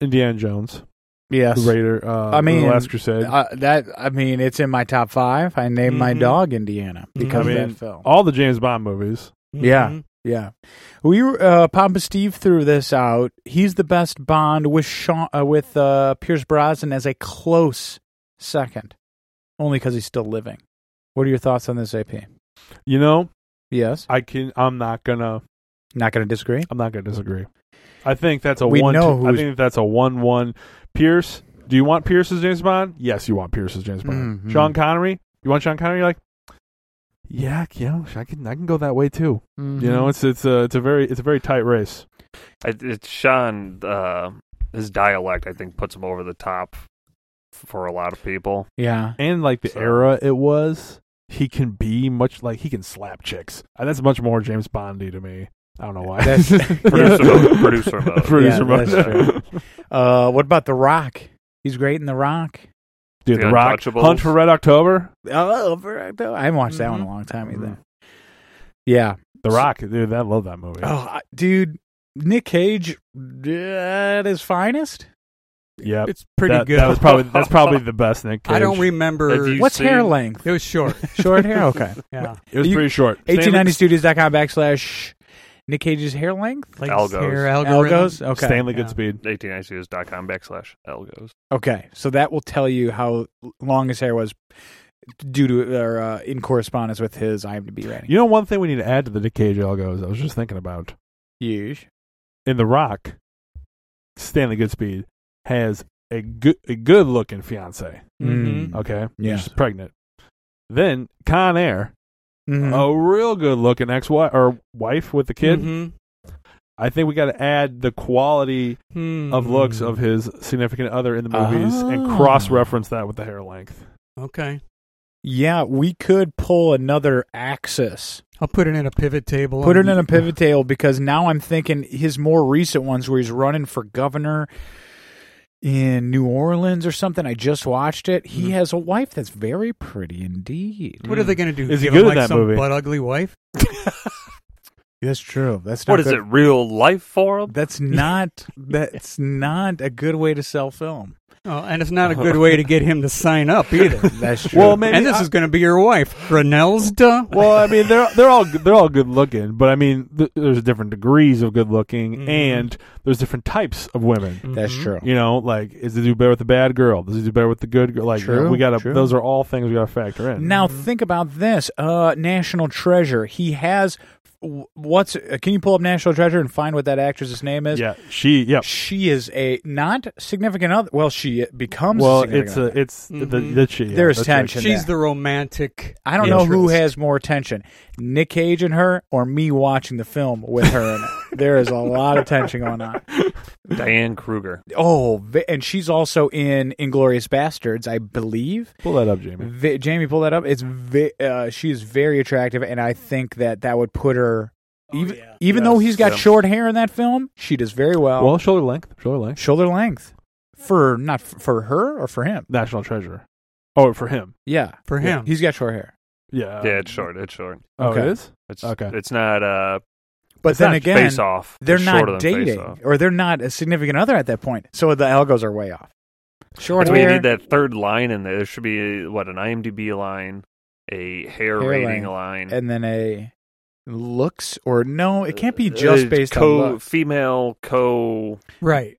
S2: Indiana Jones,
S1: Yes.
S2: the Raider. Uh,
S1: I mean,
S2: the Last Crusade.
S1: Uh, that I mean, it's in my top five. I named my
S3: Mhm.
S1: dog Indiana because
S2: Mm-hmm. I
S1: of
S2: mean,
S1: that film.
S2: all the James Bond movies.
S1: Yeah.
S3: Mhm.
S1: yeah, we were, uh, Papa Steve threw this out. He's the best Bond with Sean uh, with uh, Pierce Brosnan as a close second, only because he's still living. What are your thoughts on this, AP?
S2: You know,
S1: Yes,
S2: I can. I'm not gonna.
S1: not going to disagree.
S2: I'm not gonna disagree. I think that's a
S1: We
S2: one.
S1: know
S2: two, I
S1: who's-
S2: think that's a one-one. Pierce. Do you want Pierce as James Bond? Yes, you want Pierce as James Bond.
S1: Mhm.
S2: Sean Connery. You want Sean Connery? You're like, yeah, yeah. I can. I can go that way too. Mm-hmm. You
S1: Mm-hmm.
S2: know, it's it's a it's a very it's a very tight race.
S4: I, it's Sean. Uh, his dialect, I think, puts him over the top for a lot of people.
S1: Yeah,
S2: and like the
S4: So-
S2: era it was, he can be much like he can slap chicks. And that's much more James Bondy to me. I don't know why.
S1: That's-
S4: Producer mode, producer mode.
S1: Yeah,
S2: Producer mode.
S1: that's Uh, what about The Rock? He's great in The Rock.
S2: Dude,
S4: The
S2: the Rock
S4: Untouchables.
S2: Hunt for Red October.
S1: Oh, I haven't watched that one in a long time either. Yeah.
S2: The Rock, dude, I love that movie.
S1: Oh, I- dude, Nick Cage at his finest.
S2: yeah,
S3: It's pretty
S2: that,
S3: good.
S2: That was probably that's probably the best Nick Cage.
S3: I don't
S4: Have
S3: remember.
S4: you-
S1: What's hair
S4: seen-
S1: length?
S3: It was short.
S1: Short hair. Okay.
S3: Yeah.
S2: It was
S1: you-
S2: pretty short.
S1: Eighteen
S2: Stanley,
S1: ninety studios.com backslash Nick Cage's hair length.
S3: Like
S4: Algos.
S3: hair algorithm.
S1: Algos. Okay.
S2: Stanley
S3: yeah.
S2: Goodspeed.
S4: 18ICS.com backslash Elgos.
S1: Okay. So that will tell you how long his hair was due to or uh, in correspondence with his IMDb rating.
S2: You know, one thing we need to add to the Nick Cage algos. I was just thinking about
S1: Huge.
S2: in The Rock. Stanley Goodspeed has a good a good looking fiance.
S3: Mhm.
S1: Mm.
S2: Okay.
S1: Yeah.
S2: She's pregnant. Then Con Air,
S1: Mhm.
S2: a real good looking ex wife or wife with the kid.
S3: Mhm.
S2: I think we got to add the quality
S3: Hmm.
S2: of looks of his significant other in the movies
S1: Ah.
S2: and cross reference that with the hair length.
S3: Okay.
S1: Yeah, we could pull another axis.
S3: I'll put it in a pivot table.
S1: Put it
S3: and-
S1: in a pivot table because now I'm thinking his more recent ones where he's running for governor in New Orleans or something. I just watched it. He has a wife that's very pretty indeed.
S3: What are they going to do?
S2: Mm. Is he
S3: Give
S2: good
S3: him
S2: in
S3: like
S2: that
S3: some
S2: movie?
S3: butt ugly wife?
S1: That's true. That's
S4: What is it? Real life for him?
S1: That's not. That's not a good way to sell film.
S3: Oh, and it's not a good way to get him to sign up either.
S1: That's true.
S2: Well, maybe
S3: and this
S2: I-
S3: is going to be your wife, Grenelda.
S2: well, I mean they're they're all they're all good looking, but I mean th- there's different degrees of good looking
S1: Hmm.
S3: Mhm.
S2: and there's different types of women.
S1: that's true.
S2: You know, like is it do better with the bad girl? Does it do better with the good girl? Like
S1: True,
S2: we got to
S1: true.
S2: those are all things we got to factor in.
S1: Now think about this. Uh, National Treasure. He has. wh- What's? Uh, can you pull up National Treasure and find what that actress's name is?
S2: yeah, she yeah.
S1: She is a not significant other. Well, she becomes.
S2: Well,
S1: a
S2: it's a,
S1: significant other.
S2: it's the,
S3: Mhm.
S2: the she, yeah,
S1: Mm-hmm. There's
S2: that's
S1: tension.
S3: She's
S1: there.
S3: the romantic.
S1: I don't know who
S3: interest.
S1: has more attention, Nick Cage and her, or me watching the film with her in it. There is a lot of tension going on.
S4: Diane Kruger.
S1: Oh, vi- and she's also in Inglorious Bastards, I believe.
S2: Pull that up, Jamie.
S1: Vi- Jamie, pull that up. It's vi- uh, she is very attractive, and I think that that would put her. Even even though he's got
S4: Yeah.
S1: short hair in that film, she does very well.
S2: Well, shoulder length, shoulder length.
S1: shoulder length for not f- for her or for him.
S2: National treasure. Oh, for him.
S1: Yeah,
S3: For
S1: Yeah.
S3: him.
S1: he's got short hair.
S2: Yeah.
S4: yeah, it's short. It's short.
S2: Oh,
S1: Uh, Okay.
S2: it is.
S4: It's,
S2: Okay.
S4: It's not. Uh,
S1: But
S4: it's
S1: then
S4: not
S1: again,
S4: face off.
S1: they're
S4: It's shorter
S1: not
S4: than
S1: dating,
S4: Face-Off.
S1: or they're not a significant other at that point. So the algos are way off. Short
S4: That's why you
S1: hair.
S4: need that third line in there. There should be what an IMDb line, a hair,
S1: Hair
S4: rating line,
S1: and then a looks or no, it can't be just
S4: Uh,
S1: based
S4: co-
S1: on looks.
S4: female co
S3: Right.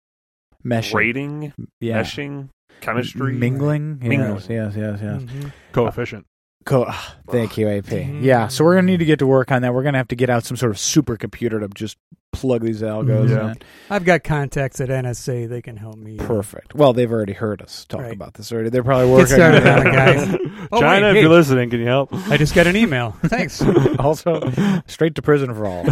S1: Meshing.
S4: rating,
S1: yeah.
S4: meshing, chemistry,
S1: mingling. Yes,
S4: Mingling. Hmm.
S1: yes, yes, yes.
S3: Mhm.
S2: Coefficient.
S1: Cool. Ah, Thank you, AP. Yeah, so we're gonna need to get to work on that. We're gonna have to get out some sort of supercomputer to just plug these
S4: Mm-hmm.
S1: algos
S2: Yeah.
S1: in.
S3: I've got contacts at NSA. They can help me.
S1: Perfect. Well, they've already heard us talk
S3: Right.
S1: about this already. They're probably working
S3: started
S1: on
S3: on it,
S1: it.
S3: guys. Oh,
S2: China,
S3: wait,
S2: if
S3: hey.
S2: you're listening, can you help?
S3: I just got an email. Thanks.
S1: also, straight to prison for all.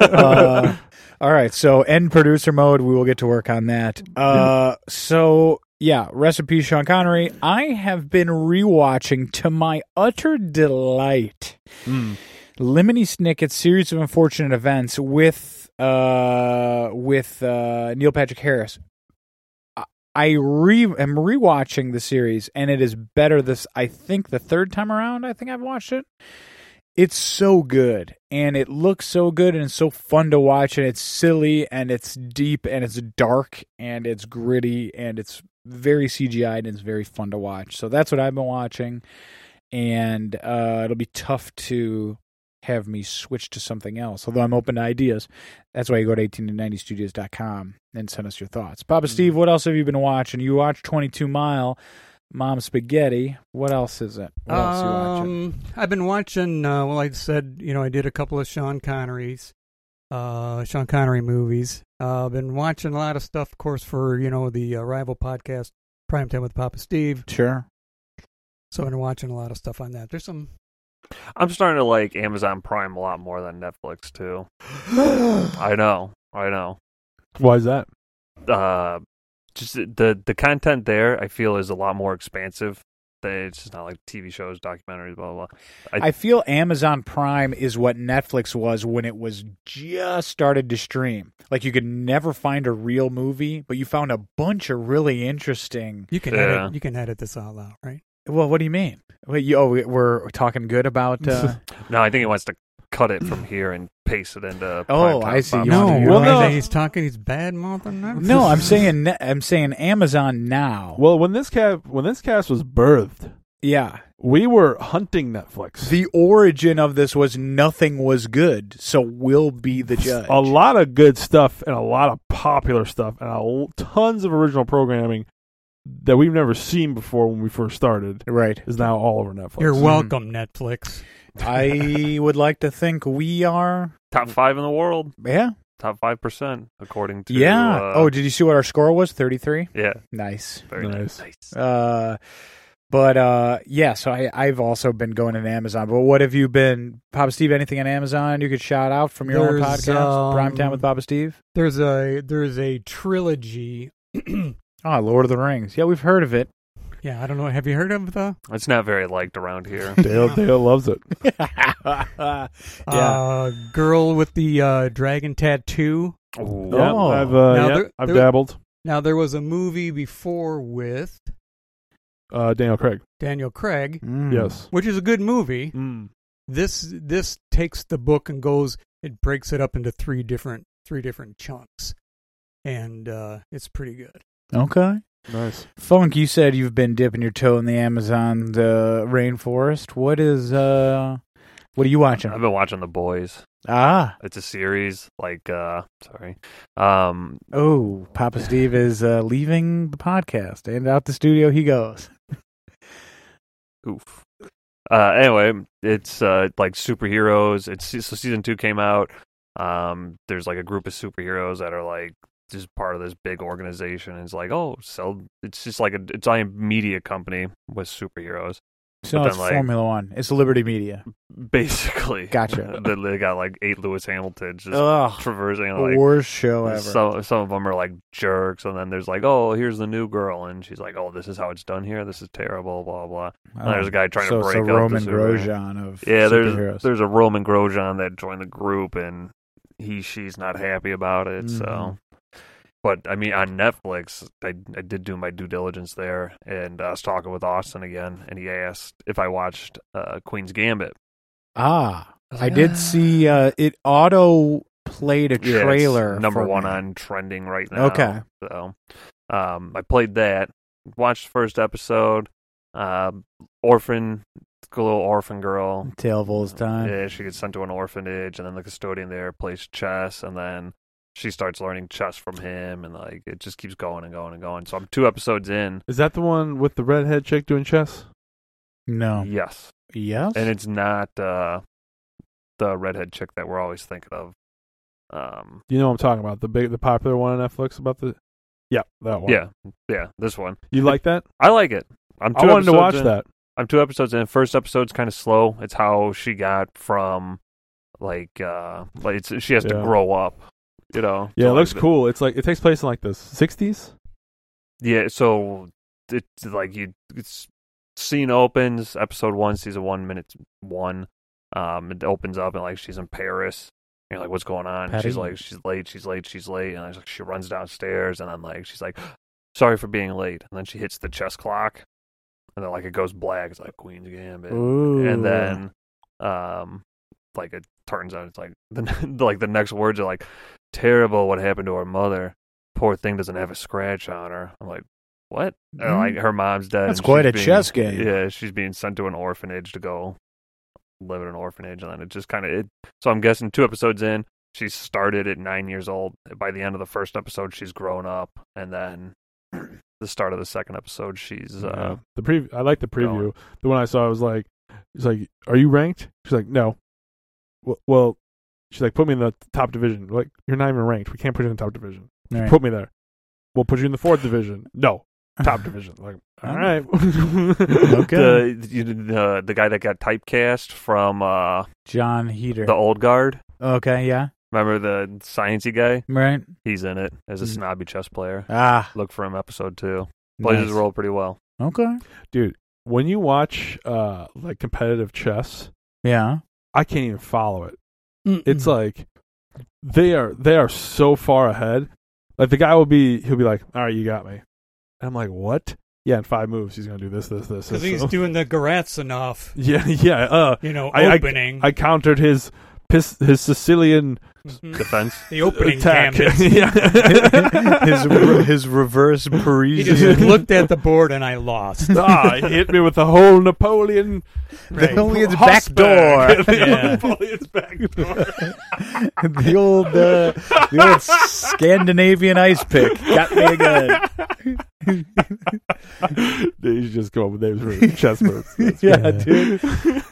S1: Uh, all right. So, end producer mode. We will get to work on that. Uh, so, yeah, recipe Sean Connery. I have been rewatching to my utter delight Lemony Snicket's series of unfortunate events with uh with uh Neil Patrick Harris. I- I re am rewatching the series and it is better this I think the third time around I think I've watched it. It's so good and it looks so good and it's so fun to watch and it's silly and it's deep and it's dark and it's gritty and it's very CGI and it's very fun to watch. So that's what I've been watching and uh, it'll be tough to have me switch to something else. Although I'm open to ideas. That's why you go to 1890studios.com and send us your thoughts. Papa Steve, what else have you been watching? You watched 22 Mile, Mom Spaghetti. What else is it? What else you watching?
S3: Um, I've been watching. Uh, well, I said you know I did a couple of Sean Connery's, uh, Sean Connery movies. Uh, I've been watching a lot of stuff, of course, for you know the uh, rival podcast Primetime with Papa Steve.
S1: Sure.
S3: So I've been watching a lot of stuff on that. There's some.
S4: I'm starting to like Amazon Prime a lot more than Netflix too. I know, I know.
S2: Why is that?
S4: Uh, just the the content there, I feel is a lot more expansive. They- It's just not like TV shows, documentaries, blah blah. blah. I-
S1: I feel Amazon Prime is what Netflix was when it was just started to stream. Like you could never find a real movie, but you found a bunch of really interesting.
S3: You can
S4: Yeah.
S3: edit, you can edit this out loud, right?
S1: Well, what do you mean? Wait, you, oh, we- we're talking good about. Uh,
S4: No, I think it wants to cut it from here and paste it into.
S1: Oh,
S4: Primetime
S1: I see.
S4: Bob
S1: You wanna
S3: no,
S1: do
S3: well, no.
S2: that?
S3: He's talking. He's bad mouthing. that.
S1: no, I'm saying ne- I'm saying Amazon now.
S2: Well, when this cast when this cast was birthed,
S1: yeah,
S2: we were hunting Netflix.
S1: the origin of this was nothing was good, so we'll be the judge.
S2: a lot of good stuff and a lot of popular stuff and a l- tons of original programming that we've never seen before when we first started
S1: right.
S2: is now all over Netflix.
S3: You're welcome, Netflix.
S1: I would like to think we are.
S4: top five in the world,
S1: Yeah.
S4: top five percent according to.
S1: Yeah.
S4: uh,
S1: oh, did you see what our score was? Thirty-three.
S4: yeah,
S1: Nice.
S4: very
S2: Nice.
S4: nice.
S1: Uh, but uh, yeah. So I I've also been going on Amazon. But what have you been, Papa Steve? Anything on Amazon you could shout out from your own
S3: There's,
S1: podcast,
S3: um,
S1: Primetime with Papa Steve?
S3: There's a there's a trilogy.
S1: Ah, Lord of the Rings. Yeah, we've heard of it.
S3: Yeah, I don't know. Have you heard of the?
S4: It's not very liked around here.
S2: Dale, Dale loves it.
S1: yeah.
S3: Uh, girl with the uh, dragon tattoo.
S4: Ooh.
S2: Yeah,
S1: Oh.
S2: I've, uh,
S3: Now
S2: yeah,
S3: there-
S2: I've
S3: there-
S2: dabbled.
S3: Now there was a movie before with
S2: Uh, Daniel Craig.
S3: Daniel Craig,
S1: Mm.
S2: Yes.
S3: which is a good movie. This this takes the book and goes it breaks it up into three different three different chunks, and uh, it's pretty good.
S1: Okay.
S2: Nice.
S1: Funk, you said you've been dipping your toe in the Amazon uh, rainforest. What is uh, what are you watching?
S4: I've been watching The Boys.
S1: Ah,
S4: It's a series. Like, uh, sorry. Um,
S1: oh, Papa Steve is uh, leaving the podcast and out the studio he goes.
S4: Oof. Uh, anyway, it's uh, like superheroes. It's so season two came out. Um, there's like a group of superheroes that are like just part of this big organization. And it's like, oh, so it's just like a it's a media company with superheroes,
S1: So
S4: But
S1: it's
S4: then, like-
S1: Formula One. It's Liberty Media.
S4: basically.
S1: Gotcha.
S4: they, they got like eight Lewis Hamiltons just
S1: Ugh,
S4: traversing
S1: the
S4: like
S1: worst show ever.
S4: Some some of them are like jerks, and then there's like, oh, here's the new girl, and she's like, oh, this is how it's done here. This is terrible, blah blah.
S1: Oh,
S4: there's a guy trying to
S1: so it's
S4: break
S1: a
S4: up the
S1: Roman
S4: Subaru.
S1: Grosjean of
S4: Yeah,
S1: superheroes.
S4: there's there's a Roman Grosjean that joined the group, and he she's not happy about it. So,
S1: Mhm.
S4: but I mean, on Netflix, I I did do my due diligence there, and I was talking with Austin again, and he asked if I watched uh, Queen's Gambit.
S1: ah,
S4: I was
S1: I
S4: like, "Ah."
S1: did see uh, it auto played a
S4: Yeah, it's
S1: trailer
S4: number
S1: for
S4: one
S1: me.
S4: on trending right now.
S1: Okay.
S4: so um, I played that, watched the first episode. Um, orphan, little orphan girl.
S1: Tale of Old Time.
S4: Yeah, she gets sent to an orphanage, and then the custodian there plays chess, and then she starts learning chess from him, and like it just keeps going and going and going. So I'm two episodes in.
S2: Is that the one with the redhead chick doing chess? Oh.
S1: No.
S4: Yes,
S1: Yes.
S4: and it's not uh, the redhead chick that we're always thinking of. Um,
S2: You know what I'm talking about. The big, the popular one on Netflix about the. Yeah, that one.
S4: yeah, yeah, this one
S2: You like that?
S4: I like it. I'm
S2: I
S4: two
S2: wanted to
S4: episodes
S2: watch
S4: in.
S2: that.
S4: I'm two episodes in. First episode's kind of slow. It's how she got from like uh like it's, she has to
S2: Yeah.
S4: grow up. You know.
S2: Yeah,
S4: So,
S2: it looks
S4: like,
S2: cool. It's like it takes place in like the 60s.
S4: Yeah, so it's like you it's scene opens, episode one, season one, minute one. Um it opens up and like she's in Paris. And you're like, what's going on? And
S1: Patty?
S4: She's like, she's late, she's late, she's late, and like she runs downstairs and then like she's like, sorry for being late. And then she hits the chess clock and then like it goes black, it's like Queen's Gambit.
S1: Ooh.
S4: And then um like it turns out it's like the like the next words are like terrible what happened to her mother. Poor thing doesn't have a scratch on her. I'm like, what? And, like her mom's dead.
S1: Mm-hmm. That's
S4: and
S1: quite
S4: she's
S1: a chess game.
S4: Yeah, she's being sent to an orphanage to go live in an orphanage, and then it just kind of. it So I'm guessing two episodes in, she started at nine years old. By the end of the first episode, she's grown up, and then the start of the second episode, she's.
S2: Yeah.
S4: uh
S2: the pre- I like the preview. The one I saw, I was like, "He's like, are you ranked?" She's like, "No." Well, well, she's like, "Put me in the top division." We're like, you're not even ranked. We can't put you in the top division.
S1: All right.
S2: Put me there. We'll put you in the fourth division. No, top division. Like, all right. okay.
S4: The, you- the the guy that got typecast from uh,
S1: John Heater.
S4: the old guard.
S1: okay, yeah.
S4: Remember the sciencey guy?
S1: Right.
S4: He's in it as a
S1: Mm.
S4: snobby chess player.
S1: Ah.
S4: Look for him episode two. Plays his
S1: nice.
S4: role pretty well.
S1: Okay.
S2: Dude, when you watch uh like competitive chess,
S1: Yeah.
S2: I can't even follow it.
S3: Mm-mm.
S2: It's like they are they are so far ahead. Like the guy will be he'll be like, "All right, you got me." And I'm like, "What?" Yeah, in five moves he's gonna do this, this, this.
S3: because
S2: this.
S3: he's doing the Garatzinov,
S2: yeah, yeah. Uh,
S3: you know,
S2: I- I-
S3: opening.
S2: I countered his pis- his Sicilian
S3: Mhm.
S4: Defense.
S3: the opening
S2: attack.
S3: gambit.
S2: yeah.
S1: his re- his reverse
S3: He just
S1: Parisian.
S3: looked at the board and I lost.
S2: ah, he hit me with the whole Napoleon.
S1: the Napoleon's back
S2: Hosberg.
S1: door.
S2: The
S3: Yeah.
S2: Napoleon's back door.
S1: the old uh, the old Scandinavian ice pick got me again.
S2: He's just going with names for chess moves. That's
S1: Yeah,
S2: great.
S1: dude.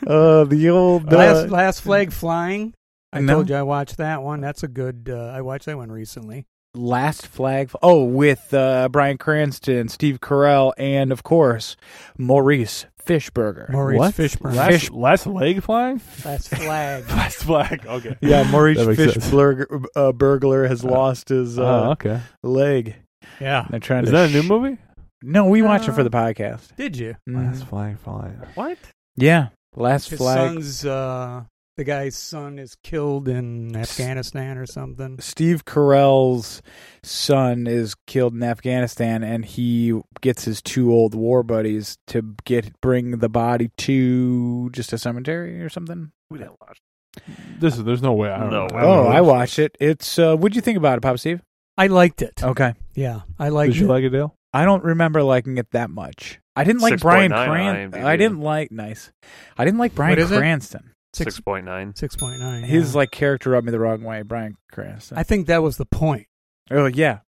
S1: Uh, the old uh,
S3: last, last flag flying. I
S1: No.
S3: told you I watched that one. That's a good. Uh, I watched that one recently.
S1: last flag. Oh, with uh, Brian Cranston, Steve Carell, and of course Maurice Fishburger.
S3: Maurice
S2: What?
S3: Fishburne.
S2: Last,
S1: Fish-
S2: last leg flying?
S3: Last flag.
S2: Last flag. Okay.
S1: Yeah, Maurice
S2: That makes sense.
S1: Fishburger uh, burglar has lost his uh,
S2: Oh, okay.
S1: leg.
S3: yeah.
S1: They're trying
S2: Is
S1: to
S2: that a new
S1: sh-
S2: movie?
S1: No, we watch it for the podcast.
S3: Did you?
S1: Mhm.
S2: flag flying.
S4: What?
S1: Yeah, last
S3: His
S1: flag.
S3: son's. Uh, the guy's son is killed in Afghanistan or something.
S1: Steve Carell's son is killed in Afghanistan, and he gets his two old war buddies to get bring the body to just a cemetery or something.
S4: We didn't watch.
S2: This is. There's no way. I don't
S4: No
S2: know.
S4: way.
S2: don't
S1: Oh,
S2: know.
S1: I watched it. It's uh, what'd you think about it, Pop Steve?
S3: I liked it.
S1: Okay,
S3: Yeah, I liked
S2: Did you
S3: it.
S2: like it, Dale?
S1: I don't remember liking it that much. I didn't like Brian
S4: 6.9 on
S1: Cranston.
S4: IMDb.
S1: I didn't like nice. I didn't like Brian
S3: What is it?
S1: Cranston.
S4: Six point nine.
S3: Six point nine.
S1: His like character rubbed me the wrong way. Brian Cranston.
S3: I think that was the point.
S1: Oh yeah.